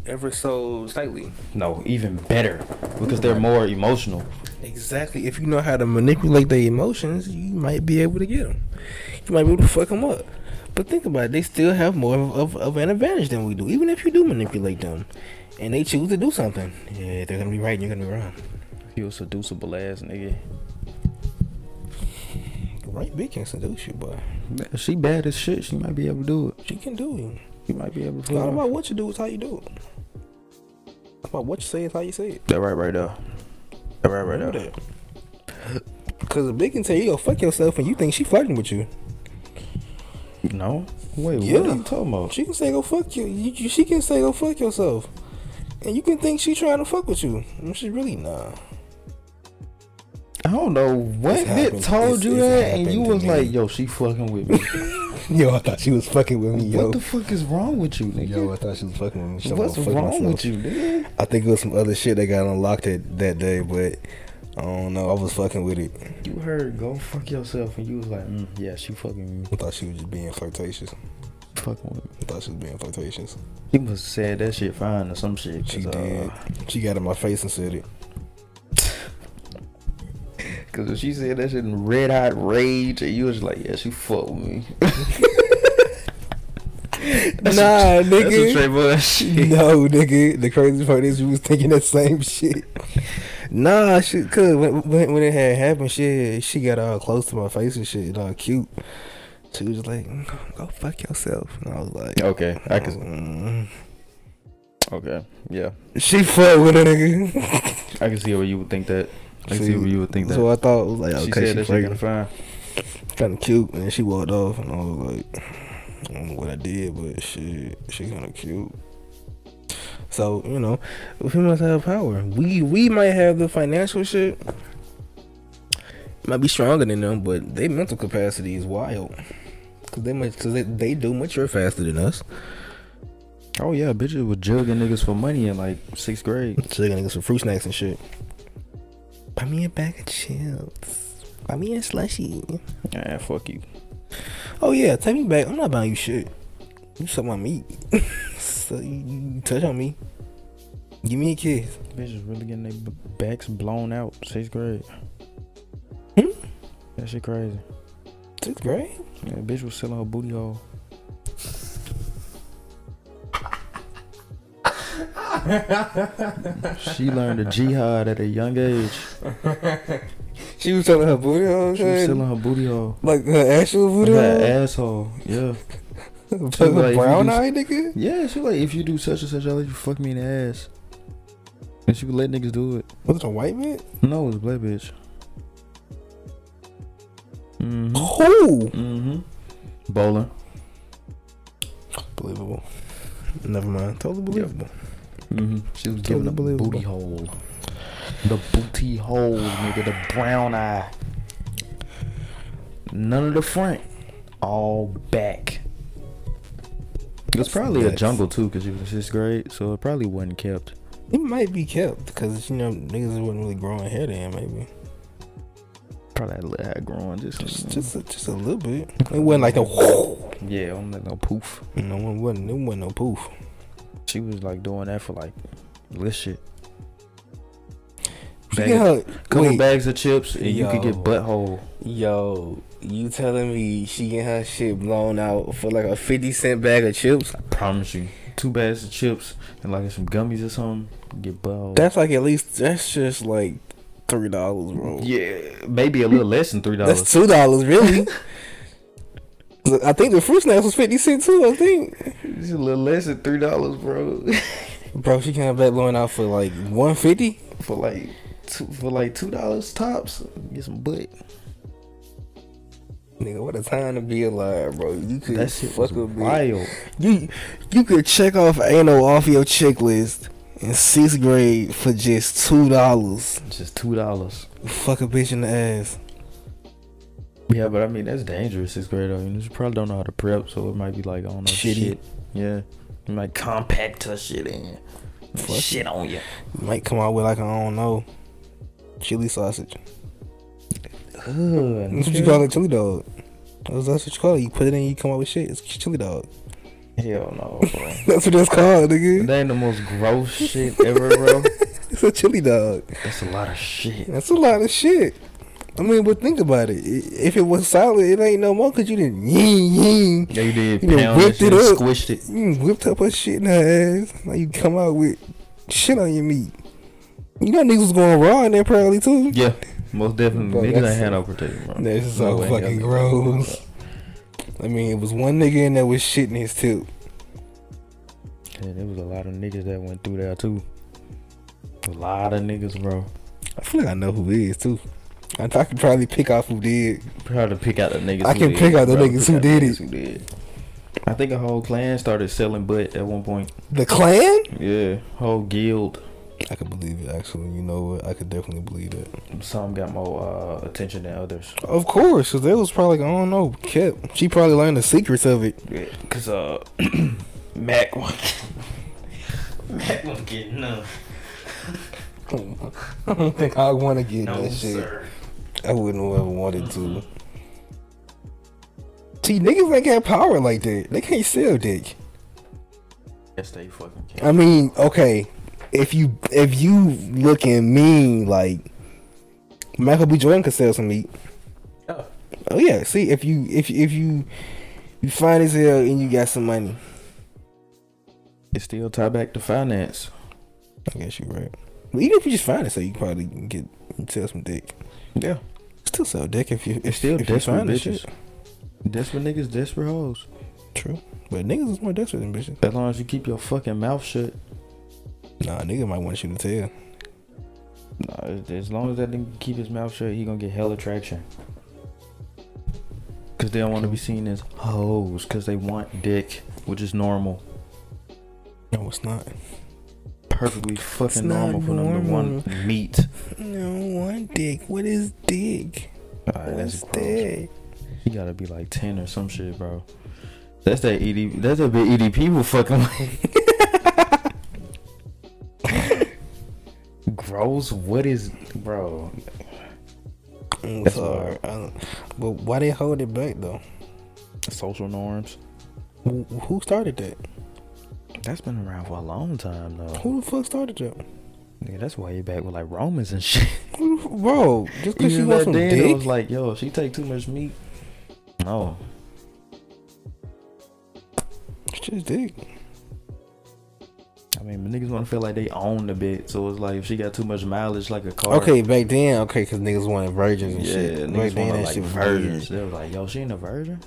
Speaker 3: Ever so slightly.
Speaker 1: No, even better because they're more emotional.
Speaker 3: Exactly. If you know how to manipulate their emotions, you might be able to get them. You might be able to fuck them up. But think about it, they still have more of, of, of an advantage than we do, even if you do manipulate them. And they choose to do something. Yeah, they're gonna be right and you're gonna be wrong.
Speaker 1: You a seducible ass nigga.
Speaker 3: The right bitch can seduce you, but
Speaker 1: If she bad as shit, she might be able to do it.
Speaker 3: she can do it.
Speaker 1: She might be able to.
Speaker 3: It's not about what you do, it's how you do it. It's about what you say, it's how you say it.
Speaker 1: That right, right there. That right, right there.
Speaker 3: Because a bitch can tell you, go fuck yourself, and you think she flirting with you.
Speaker 1: No, wait, what
Speaker 3: Yeah.
Speaker 1: are you talking about?
Speaker 3: She can say go fuck you. You- you- She can say go fuck yourself, and you can think she trying to fuck with you. And She really nah.
Speaker 1: I don't know what
Speaker 3: It's
Speaker 1: bit
Speaker 3: happened.
Speaker 1: told
Speaker 3: It's-
Speaker 1: you
Speaker 3: it's
Speaker 1: that, and
Speaker 3: happened
Speaker 1: you
Speaker 3: to
Speaker 1: was
Speaker 3: me.
Speaker 1: like, "Yo, she fucking with me."
Speaker 3: Yo, I thought she was fucking with me.
Speaker 1: What the fuck is wrong with you, nigga?
Speaker 4: I thought she was fucking with me. She
Speaker 1: What's
Speaker 4: gonna fuck
Speaker 1: wrong
Speaker 4: myself.
Speaker 1: with you, nigga?
Speaker 4: I think it was some other shit that got unlocked that, that day, but I don't know. I was fucking with it.
Speaker 1: You heard "go fuck yourself" and you was like, mm, "Yeah, she fucking me,
Speaker 4: I thought she was just being flirtatious.
Speaker 1: fucking with me."
Speaker 4: I thought she was being flirtatious.
Speaker 1: He must have said that shit fine or some shit.
Speaker 4: She
Speaker 1: 'cause, uh,
Speaker 4: did. She got in my face and said it.
Speaker 1: Cause when she said that shit in red hot rage, and you was like, yeah, she fuck with me. That's
Speaker 4: Nah,
Speaker 1: some- That's
Speaker 4: nigga.
Speaker 1: some Trayvon shit.
Speaker 4: No, nigga. The crazy part is we was thinking that same shit. Nah, shit, cause when, when when it had happened, shit, she got all close to my face and shit, and all cute. She was just like, "Mm, "Go fuck yourself," and I was like,
Speaker 1: Okay, I can.
Speaker 4: "Mm."
Speaker 1: Okay, yeah,
Speaker 4: She fucked with a nigga.
Speaker 1: I can see where you would think that. I can see, where you would think that.
Speaker 4: So I thought, like,
Speaker 1: she
Speaker 4: okay,
Speaker 1: said
Speaker 4: she
Speaker 1: that she gonna
Speaker 4: she
Speaker 1: find.
Speaker 4: kind of cute, and she walked off, and I was like, I don't know what I did, but shit, she kind of cute. So you know, females have power. We we might have the financial shit, might be stronger than them, but their mental capacity is wild. Cause they much, cause they, they do mature faster than us.
Speaker 1: Oh yeah, bitches was jugging niggas for money in like sixth grade.
Speaker 4: So they gonna get some fruit snacks and shit. Buy me a bag of chips. Buy me a slushie.
Speaker 1: Ah, fuck you.
Speaker 4: Oh yeah, take me back. I'm not buying you shit. You suck my meat. so you, you touch on me. Give me a kiss.
Speaker 1: Bitches really getting their b- backs blown out sixth grade.
Speaker 4: Hmm?
Speaker 1: That shit crazy.
Speaker 4: That's great.
Speaker 1: Yeah, bitch was selling her booty hole. she learned the jihad at a young age.
Speaker 4: She was selling her booty hole.
Speaker 1: She was
Speaker 4: okay?
Speaker 1: selling her booty hole.
Speaker 4: like her actual booty
Speaker 1: Booty
Speaker 4: hole.
Speaker 1: asshole. Yeah.
Speaker 4: Like
Speaker 1: she was like, if you
Speaker 4: brown
Speaker 1: do-
Speaker 4: eye nigga.
Speaker 1: Yeah, she like, if you do such and such, I'll let you fuck me in the ass. And she would let niggas do it.
Speaker 4: Was it a white man?
Speaker 1: No, it was a black bitch. Mm-hmm.
Speaker 4: Who?
Speaker 1: Mm-hmm. Bowling.
Speaker 4: Believable. Never mind. Totally believable.
Speaker 1: Mm-hmm. She was
Speaker 4: Totally
Speaker 1: giving a
Speaker 4: believable.
Speaker 1: booty hole. The booty hole, nigga. The brown eye. None of the front. All back. It was probably a
Speaker 4: nuts.
Speaker 1: jungle too, cause she was in sixth grade, so it probably wasn't kept.
Speaker 4: It might be kept because you know niggas wasn't really growing hair then. Maybe
Speaker 1: Probably had a little hat growing, just,
Speaker 4: just just a, just a little bit. It wasn't like no.
Speaker 1: yeah, on that little poof.
Speaker 4: No one wasn't. It wasn't no poof.
Speaker 1: She was like doing that for like this shit. Bag of-
Speaker 4: Yeah.
Speaker 1: couple
Speaker 4: wait.
Speaker 1: bags of chips, and you could get
Speaker 4: Yo.
Speaker 1: butthole.
Speaker 4: Yo, you telling me she get her shit blown out for like a fifty cent bag of chips?
Speaker 1: I promise you, two bags of chips and like some gummies or something. Get butthole.
Speaker 4: That's like at least that's just like three dollars, bro.
Speaker 1: Yeah, maybe a little less than three dollars.
Speaker 4: that's two dollars really. Look, I think the fruit snacks was fifty cent too. I think,
Speaker 1: It's a little less than three dollars, bro.
Speaker 4: bro, she kind of back blowing out for like one fifty.
Speaker 1: for like two, for like two dollars tops, get some butt.
Speaker 4: Nigga, what a time to be alive, bro. You could
Speaker 1: That shit was
Speaker 4: fuck a bitch.
Speaker 1: wild.
Speaker 4: You you could check off anal off your checklist in sixth grade for just two dollars.
Speaker 1: Just two dollars.
Speaker 4: Fuck a bitch in the ass.
Speaker 1: Yeah, but I mean that's dangerous. Sixth grade, though. You know, you probably don't know how to prep, so it might be like I don't know
Speaker 4: Shitty.
Speaker 1: shit. Yeah, you might compact her shit in.
Speaker 4: Fuck.
Speaker 1: Shit on you.
Speaker 4: Might come out with like I don't know, chili sausage. That's what you call it, chili dog. That's, that's what you call it. You put it in, you come out with shit. It's chili dog.
Speaker 1: Hell no, bro.
Speaker 4: That's what that's called, nigga.
Speaker 1: that ain't the most gross shit ever, bro.
Speaker 4: It's a chili dog.
Speaker 1: That's a lot of shit.
Speaker 4: That's a lot of shit. I mean, but think about it. I- If it was solid, it ain't no more because you didn't ying ying.
Speaker 1: Yeah, you did.
Speaker 4: You done
Speaker 1: Pound that
Speaker 4: whipped
Speaker 1: shit
Speaker 4: it
Speaker 1: and
Speaker 4: up.
Speaker 1: squished it.
Speaker 4: You done whipped up her shit in her ass. Now you come out with shit on your meat. You know niggas was going raw in there probably too.
Speaker 1: Yeah, most definitely.
Speaker 4: Bro,
Speaker 1: Niggas
Speaker 4: that's-
Speaker 1: ain't had no protection, bro.
Speaker 4: That's so
Speaker 1: way,
Speaker 4: fucking
Speaker 1: yeah.
Speaker 4: gross. I mean, it was one nigga in there with shit in his tip.
Speaker 1: Yeah, there was a lot of niggas that went through there too. A lot of niggas, bro.
Speaker 4: I feel like I know who it is too. I, I could probably pick off who did.
Speaker 1: Proud to pick out the niggas.
Speaker 4: I
Speaker 1: who
Speaker 4: can
Speaker 1: did.
Speaker 4: pick out the
Speaker 1: Proud to pick
Speaker 4: niggas who
Speaker 1: out the
Speaker 4: did
Speaker 1: niggas who did. I think a whole clan started selling butt at one point.
Speaker 4: The clan?
Speaker 1: Yeah, whole guild.
Speaker 4: I could believe it actually. You know what? I could definitely believe that.
Speaker 1: Some got more uh, attention than others.
Speaker 4: Of course, because they was probably like, I don't know, kept. She probably learned the secrets of it.
Speaker 1: Yeah, cause uh, Mac, Mac was getting up.
Speaker 4: I don't think I want to get that shit. I wouldn't have wanted to. See, niggas ain't got power like that. They can't sell dick.
Speaker 1: Yes, they fucking can.
Speaker 4: I mean, okay, if you if you looking mean like Michael B. Jordan could sell some meat.
Speaker 3: Oh.
Speaker 4: Oh yeah. See if you if if you you fine as hell and you got some money.
Speaker 1: It still tie back to finance.
Speaker 4: I guess you're right. But even if you just find it, so you probably can get sell some dick.
Speaker 1: Yeah.
Speaker 4: Still sell dick if you if
Speaker 1: It's still
Speaker 4: if you
Speaker 1: desperate
Speaker 4: find the
Speaker 1: bitches.
Speaker 4: shit.
Speaker 1: Desperate niggas, desperate hoes.
Speaker 4: True. But niggas is more desperate than bitches.
Speaker 1: As long as you keep your fucking mouth shut.
Speaker 4: Nah, nigga might want to shoot a tail.
Speaker 1: Nah, as- as long as that nigga can keep his mouth shut, he gonna get hella traction. Cause they don't want to be seen as hoes, cause they want dick, which is normal,
Speaker 4: No, it's not.
Speaker 1: perfectly fucking
Speaker 4: not
Speaker 1: normal for them to want meat.
Speaker 4: No one dick. What is dick?
Speaker 1: Alright, that's gross. He gotta be like ten or some shit, bro. That's that ED. That's that big EDP will fucking. like- Gross. What is, bro?
Speaker 4: Mm,
Speaker 1: That's
Speaker 4: so,
Speaker 1: wild.
Speaker 4: I don't- But why they hold it back though?
Speaker 1: Social norms.
Speaker 4: Who who started that?
Speaker 1: That's been around for a long time though.
Speaker 4: Who the fuck started that?
Speaker 1: Nigga, that's way back with like Romans and shit.
Speaker 4: Who the f- Bro, just because you
Speaker 1: Even
Speaker 4: want
Speaker 1: back
Speaker 4: some
Speaker 1: then, it
Speaker 4: dick,
Speaker 1: was like, yo, she take too much meat. No,
Speaker 4: it's just dick.
Speaker 1: I mean, niggas want to feel like they own the bit. So it's like if she got too much mileage, like a car.
Speaker 4: Okay, back then, okay, because niggas wanted virgins and
Speaker 1: Yeah,
Speaker 4: shit. Back
Speaker 1: niggas
Speaker 4: then,
Speaker 1: want
Speaker 4: that
Speaker 1: like
Speaker 4: shit was
Speaker 1: virgins.
Speaker 4: virgins.
Speaker 1: They was like, yo, she ain't a virgin.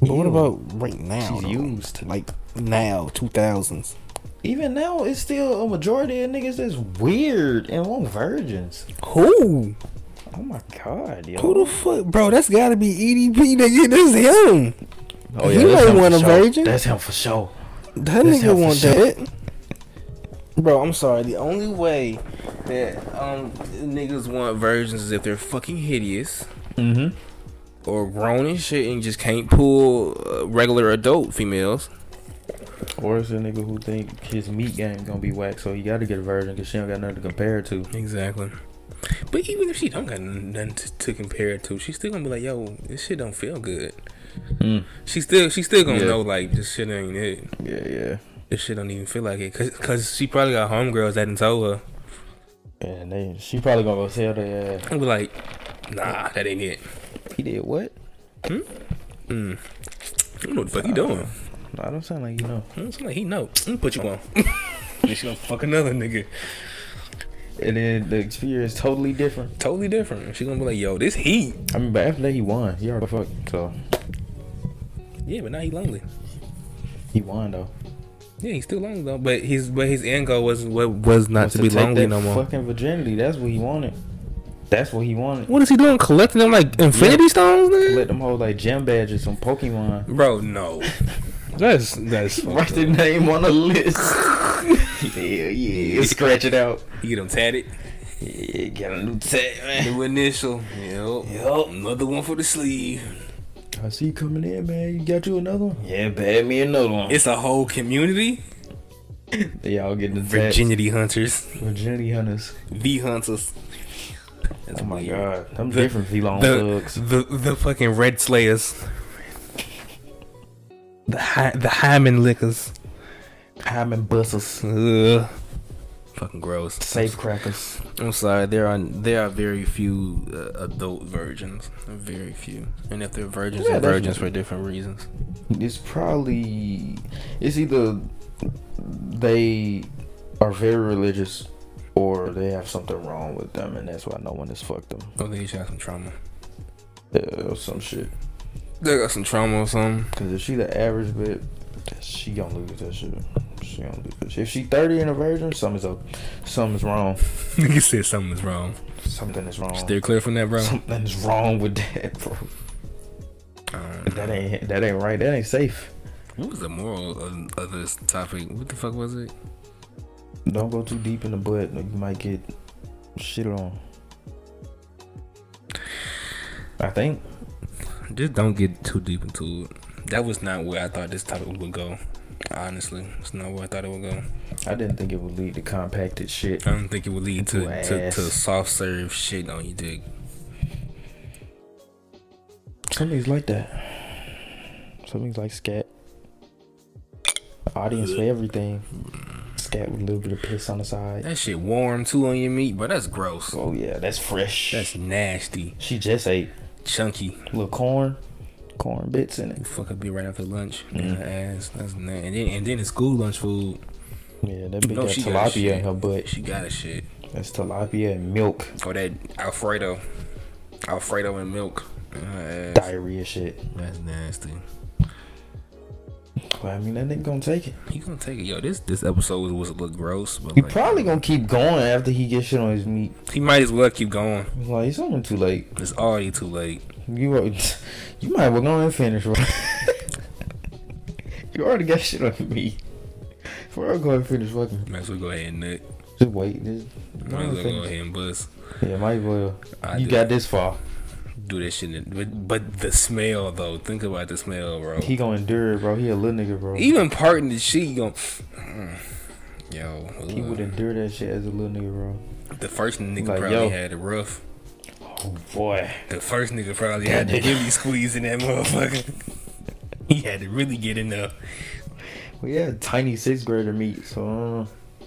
Speaker 4: But what
Speaker 1: Ew.
Speaker 4: about right now?
Speaker 1: She's
Speaker 4: though?
Speaker 1: used.
Speaker 4: Like now, two thousands.
Speaker 1: Even now, it's still a majority of niggas that's weird and want virgins.
Speaker 4: Who?
Speaker 1: Oh my god, yo.
Speaker 4: Who the fuck, bro? That's got to be EDP. Nigga, that's him. he
Speaker 1: Oh, that's
Speaker 4: ain't
Speaker 1: him for
Speaker 4: want a
Speaker 1: sure.
Speaker 4: virgin.
Speaker 1: That's him for sure.
Speaker 4: That
Speaker 1: That's how
Speaker 4: nigga
Speaker 1: for
Speaker 4: want
Speaker 1: sure.
Speaker 4: that. Bro, I'm sorry. The only way that um
Speaker 3: Niggas want versions is if they're fucking hideous
Speaker 1: Mm-hmm.
Speaker 3: or grown and shit and just can't pull uh, regular adult females.
Speaker 1: Or it's a nigga who think his meat game gonna be whack, so he gotta get a virgin because she don't got nothing to compare it to.
Speaker 3: Exactly. But even if she don't got nothing to, to compare it to, she's still gonna be like, "Yo, this shit don't feel good."
Speaker 1: Mm.
Speaker 3: She still, she still gonna
Speaker 1: Yeah.
Speaker 3: know like this shit ain't it.
Speaker 1: Yeah, yeah.
Speaker 3: This shit don't even feel like it, cause, 'cause she probably got homegirls that done told her.
Speaker 1: And they, she probably gonna go tell their ass.
Speaker 3: And be like, "Nah, that ain't it."
Speaker 1: He did what?
Speaker 3: Mm. I don't know what the fuck he doing.
Speaker 1: No, I don't sound like you know.
Speaker 3: It's like he know. Mm, Put you on. then she gonna fuck another nigga.
Speaker 1: And then the experience totally different.
Speaker 3: Totally different. She gonna be like, "Yo, this heat."
Speaker 1: I mean, but after that he won. He already fucked, so
Speaker 3: Yeah, but now he lonely.
Speaker 1: he won though.
Speaker 3: Yeah, he's still lonely though. But his but his end goal was was, was not
Speaker 1: Wants
Speaker 3: to be
Speaker 1: take
Speaker 3: lonely
Speaker 1: that
Speaker 3: no more.
Speaker 1: Fucking virginity. That's what he wanted. That's what he wanted.
Speaker 3: What is he doing? Collecting them like Infinity Stones, nigga?
Speaker 1: Let them hold like gem badges on Pokemon.
Speaker 3: Bro, no. That's that's
Speaker 1: Write the name on a list. yeah, yeah. Scratch it out.
Speaker 3: You get them tatted.
Speaker 1: Yeah, get a new tag, man.
Speaker 3: New initial. Yep. Yep. Another one for the sleeve.
Speaker 1: I see you coming in, man. You got you another one? Yeah, bad me another one.
Speaker 3: It's a whole community.
Speaker 1: Y'all getting the tats.
Speaker 3: Virginity hunters.
Speaker 1: virginity hunters.
Speaker 3: The hunters. That's
Speaker 1: Oh my
Speaker 3: weird.
Speaker 1: god, them
Speaker 3: The-
Speaker 1: different V-long
Speaker 3: The,
Speaker 1: thugs.
Speaker 3: the the fucking red slayers. The hy- the hymen lickers.
Speaker 1: Hyman busters,
Speaker 3: Ugh. Fucking gross.
Speaker 1: safe crackers.
Speaker 3: I'm sorry. There are there are very few uh, adult virgins. Very few. And if they're virgins,
Speaker 1: Yeah,
Speaker 3: they're
Speaker 1: that's-
Speaker 3: virgins for different reasons.
Speaker 1: It's probably it's either they are very religious or they have something wrong with them, and that's why no one has fucked them
Speaker 3: Or they just got some trauma.
Speaker 1: yeah, or some shit.
Speaker 3: They got some trauma or something.
Speaker 1: Cause if she the average bitch, she gonna lose that shit. She gonna lose that shit. If she thirty and a virgin, something's up. Something's wrong.
Speaker 3: Nigga said something was wrong.
Speaker 1: Something is wrong.
Speaker 3: Steer clear from that, bro.
Speaker 1: Something's wrong with that, bro.
Speaker 3: Um,
Speaker 1: That ain't that ain't right. That ain't safe.
Speaker 3: what was the moral of, of this topic? What the fuck was it?
Speaker 1: Don't go too deep in the butt. or You might get shit on. I think.
Speaker 3: Just don't get too deep into it. That was not where I thought this topic would go. Honestly, it's not where I thought it would go.
Speaker 1: I didn't think it would lead to compacted shit.
Speaker 3: I don't think it would lead to to,
Speaker 1: Ass.
Speaker 3: to soft serve shit on your dick.
Speaker 1: Some things like that. Some things like scat. Audience for everything. scat with a little bit of piss on the side.
Speaker 3: That shit warm too on your meat, but that's gross.
Speaker 1: Oh yeah, that's fresh.
Speaker 3: That's nasty,
Speaker 1: she just ate
Speaker 3: chunky.
Speaker 1: little corn, corn bits in it.
Speaker 3: You fuck a bit right after lunch.
Speaker 1: Mm-hmm.
Speaker 3: In her ass. That's na- and then and then it's school lunch food.
Speaker 1: Yeah, that bitch
Speaker 3: No,
Speaker 1: got
Speaker 3: she got shit.
Speaker 1: tilapia in her butt.
Speaker 3: She got a shit.
Speaker 1: That's tilapia and milk,
Speaker 3: Or that Alfredo. Alfredo and milk. in her ass.
Speaker 1: diarrhea shit.
Speaker 3: That's nasty.
Speaker 1: Well, I mean, that nigga gonna take it.
Speaker 3: He gonna take it. Yo, this this episode was, was a little gross, but
Speaker 1: He
Speaker 3: like,
Speaker 1: probably gonna keep going after he gets shit on his meat.
Speaker 3: he might as well keep going.
Speaker 1: Like it's only too late.
Speaker 3: It's already too late.
Speaker 1: You are- you might as well go ahead and finish, bro. you already got shit on me. For I'll go ahead and finish fucking.
Speaker 3: Might as well go ahead and nut.
Speaker 1: Just wait. Just,
Speaker 3: Might as well go ahead and bust.
Speaker 1: Yeah, might as well.
Speaker 3: I
Speaker 1: you
Speaker 3: did-
Speaker 1: got this far.
Speaker 3: do that shit. in- But, but the smell though, think about the smell, bro.
Speaker 1: He gonna endure it, bro. He a little nigga, bro.
Speaker 3: Even parting the shit, you gon' Mm, yo.
Speaker 1: He would
Speaker 3: ugh.
Speaker 1: endure that shit as a little nigga, bro.
Speaker 3: The first nigga
Speaker 1: Like,
Speaker 3: probably
Speaker 1: yo.
Speaker 3: had it rough.
Speaker 1: Oh boy.
Speaker 3: The first nigga probably had to really squeeze in that motherfucker. he had to really get in there.
Speaker 1: We had tiny sixth grader meat, so uh,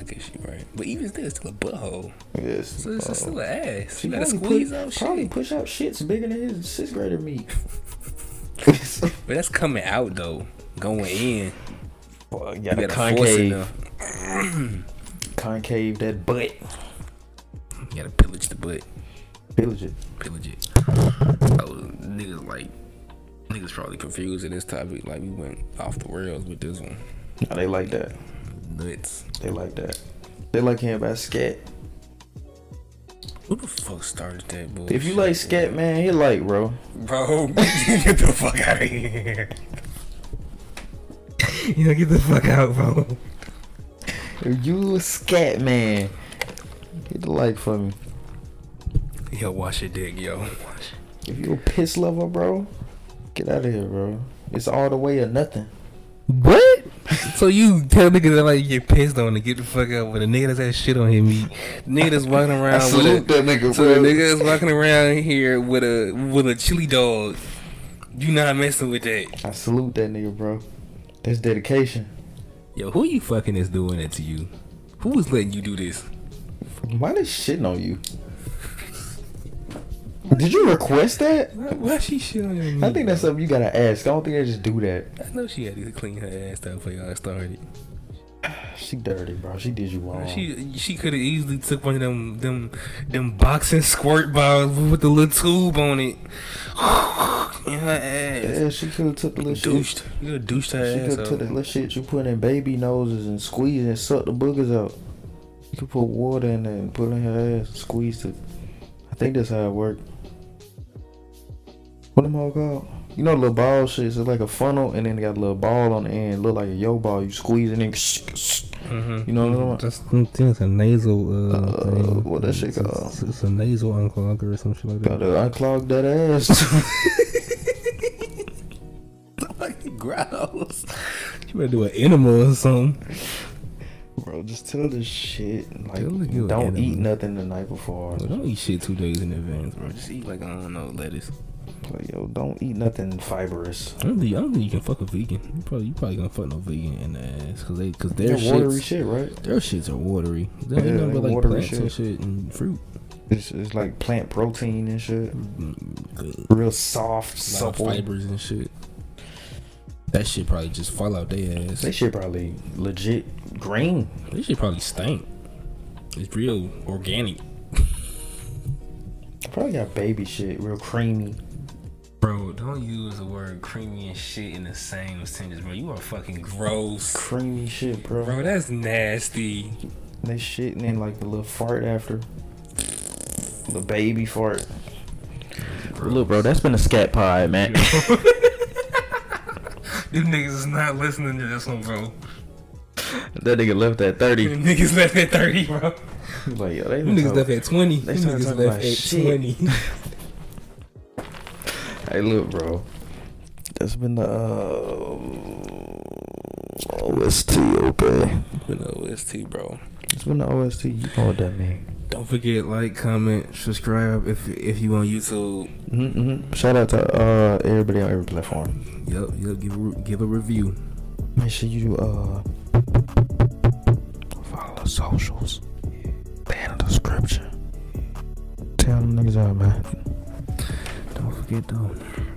Speaker 3: I guess she right. Oh. But even still, it's still a butthole.
Speaker 1: uh, yes.
Speaker 3: So it's
Speaker 1: uh,
Speaker 3: still an ass.
Speaker 1: she
Speaker 3: You gotta
Speaker 1: probably
Speaker 3: squeeze
Speaker 1: put-
Speaker 3: out
Speaker 1: Probably
Speaker 3: shit.
Speaker 1: push out shits bigger than his sixth grader meat.
Speaker 3: But that's coming out though. Going in.
Speaker 1: Boy,
Speaker 3: You
Speaker 1: gotta
Speaker 3: gotta force it
Speaker 1: concave,
Speaker 3: there.
Speaker 1: concave that butt.
Speaker 3: You gotta pillage the butt.
Speaker 1: Pillage it.
Speaker 3: pillage it. Oh, niggas like niggas probably confused in this topic. Like we went off the rails with this one.
Speaker 1: Nah, they like that.
Speaker 3: Nuts.
Speaker 1: They like that. They like hearing about scat.
Speaker 3: Who the fuck started that bullshit?
Speaker 1: If you like scat, man, hit like, bro.
Speaker 3: bro, get the fuck out of here. You know, get the fuck out, bro.
Speaker 1: If you a scat, man, hit the like for me.
Speaker 3: Yo, wash your dick, yo. Wash.
Speaker 1: If you a piss lover, bro, get out of here, bro. It's all the way or nothing.
Speaker 3: What? so you tell niggas that like get pissed on to get the fuck out with a nigga that's had shit on him. He, nigga that's walking around with a,
Speaker 1: that nigga,
Speaker 3: So the nigga is walking around here with a with a chili dog. You not messing with that.
Speaker 1: I salute that nigga, bro. That's dedication.
Speaker 3: Yo, who you fucking is doing that to you? Who was letting you do this?
Speaker 1: Why they shitting on you? Did you request that?
Speaker 3: Why, why she showing me?
Speaker 1: I think that's something you gotta ask. I don't think they just do that.
Speaker 3: I know she had to clean her ass up before y'all started.
Speaker 1: She dirty, bro. She did you wrong.
Speaker 3: She she could have easily took one of them them them boxing squirt bottles with the little tube on it. In her
Speaker 1: yeah, she could have took the
Speaker 3: ass.
Speaker 1: little shit.
Speaker 3: Douched. You could douched her
Speaker 1: She
Speaker 3: ass
Speaker 1: could took the
Speaker 3: up.
Speaker 1: little shit you put in baby noses and squeeze and suck the boogers out. You could put water in it and put it in her ass and squeeze it. I think that's how it worked. What them all called? You know, little ball shit. It's like a funnel, and then it got a little ball on the end. Look like a yo ball. You squeeze and then,
Speaker 3: Mm-hmm.
Speaker 1: you know what I'm talking
Speaker 4: That's mm, it's a nasal. Uh,
Speaker 1: Uh,
Speaker 4: thing.
Speaker 1: what that shit
Speaker 4: It's- it's-
Speaker 1: called?
Speaker 4: It's, a nasal unclogger or some shit like that.
Speaker 1: about? Gotta unclog that ass.
Speaker 3: Fucking gross.
Speaker 4: You better do an enema or something.
Speaker 1: Bro, just tell this shit. Like,
Speaker 4: Tell the good
Speaker 1: don't eat
Speaker 4: animal.
Speaker 1: nothing the night before.
Speaker 4: Well, don't eat shit two days in advance, bro.
Speaker 3: Bro, just eat like I don't know lettuce.
Speaker 1: Like, yo, don't eat nothing fibrous.
Speaker 4: I don't think I don't think you can fuck a vegan. You probably you probably gonna fuck no vegan in the ass because they because their
Speaker 1: They're watery
Speaker 4: shits
Speaker 1: shit, right?
Speaker 4: their shits are watery. They don't
Speaker 1: Yeah,
Speaker 4: eat nothing
Speaker 1: they
Speaker 4: but like
Speaker 1: watery
Speaker 4: plants
Speaker 1: shit.
Speaker 4: and shit and fruit.
Speaker 1: It's, it's like plant protein and shit.
Speaker 4: Mm, good.
Speaker 1: Real soft,
Speaker 4: A lot of
Speaker 1: supple.
Speaker 4: fibers and shit. That shit probably just fall out their ass.
Speaker 1: They shit probably legit green.
Speaker 4: They should probably stink. It's real organic,
Speaker 1: Probably got baby shit, real creamy.
Speaker 3: Bro, don't use the word creamy and shit in the same sentence, bro. You are fucking gross.
Speaker 1: Creamy shit, bro.
Speaker 3: Bro, that's nasty.
Speaker 1: They shitting in like the little fart after. The baby fart. Look, bro, that's been a scat pod, man.
Speaker 3: You niggas is not listening to this one, bro.
Speaker 1: that nigga left at 30.
Speaker 3: niggas left at 30, bro.
Speaker 1: like, yo, they
Speaker 4: You
Speaker 1: been
Speaker 4: niggas
Speaker 1: talking-
Speaker 4: left at 20. You
Speaker 1: They started
Speaker 4: niggas
Speaker 1: talking
Speaker 4: left
Speaker 1: about
Speaker 4: at
Speaker 1: shit.
Speaker 4: 20.
Speaker 1: Hey, look, bro. That's been the uh, OST, okay?
Speaker 3: With OST, bro.
Speaker 1: It's been the OST. You know what that means.
Speaker 3: Don't forget, like, comment, subscribe if if you on YouTube.
Speaker 1: Mm-hmm. Shout out to uh everybody on every platform.
Speaker 3: Yep, yep. Give a, give a review.
Speaker 1: Make sure you uh the socials. They in the description. Tell them niggas out, man.
Speaker 3: Don't forget though.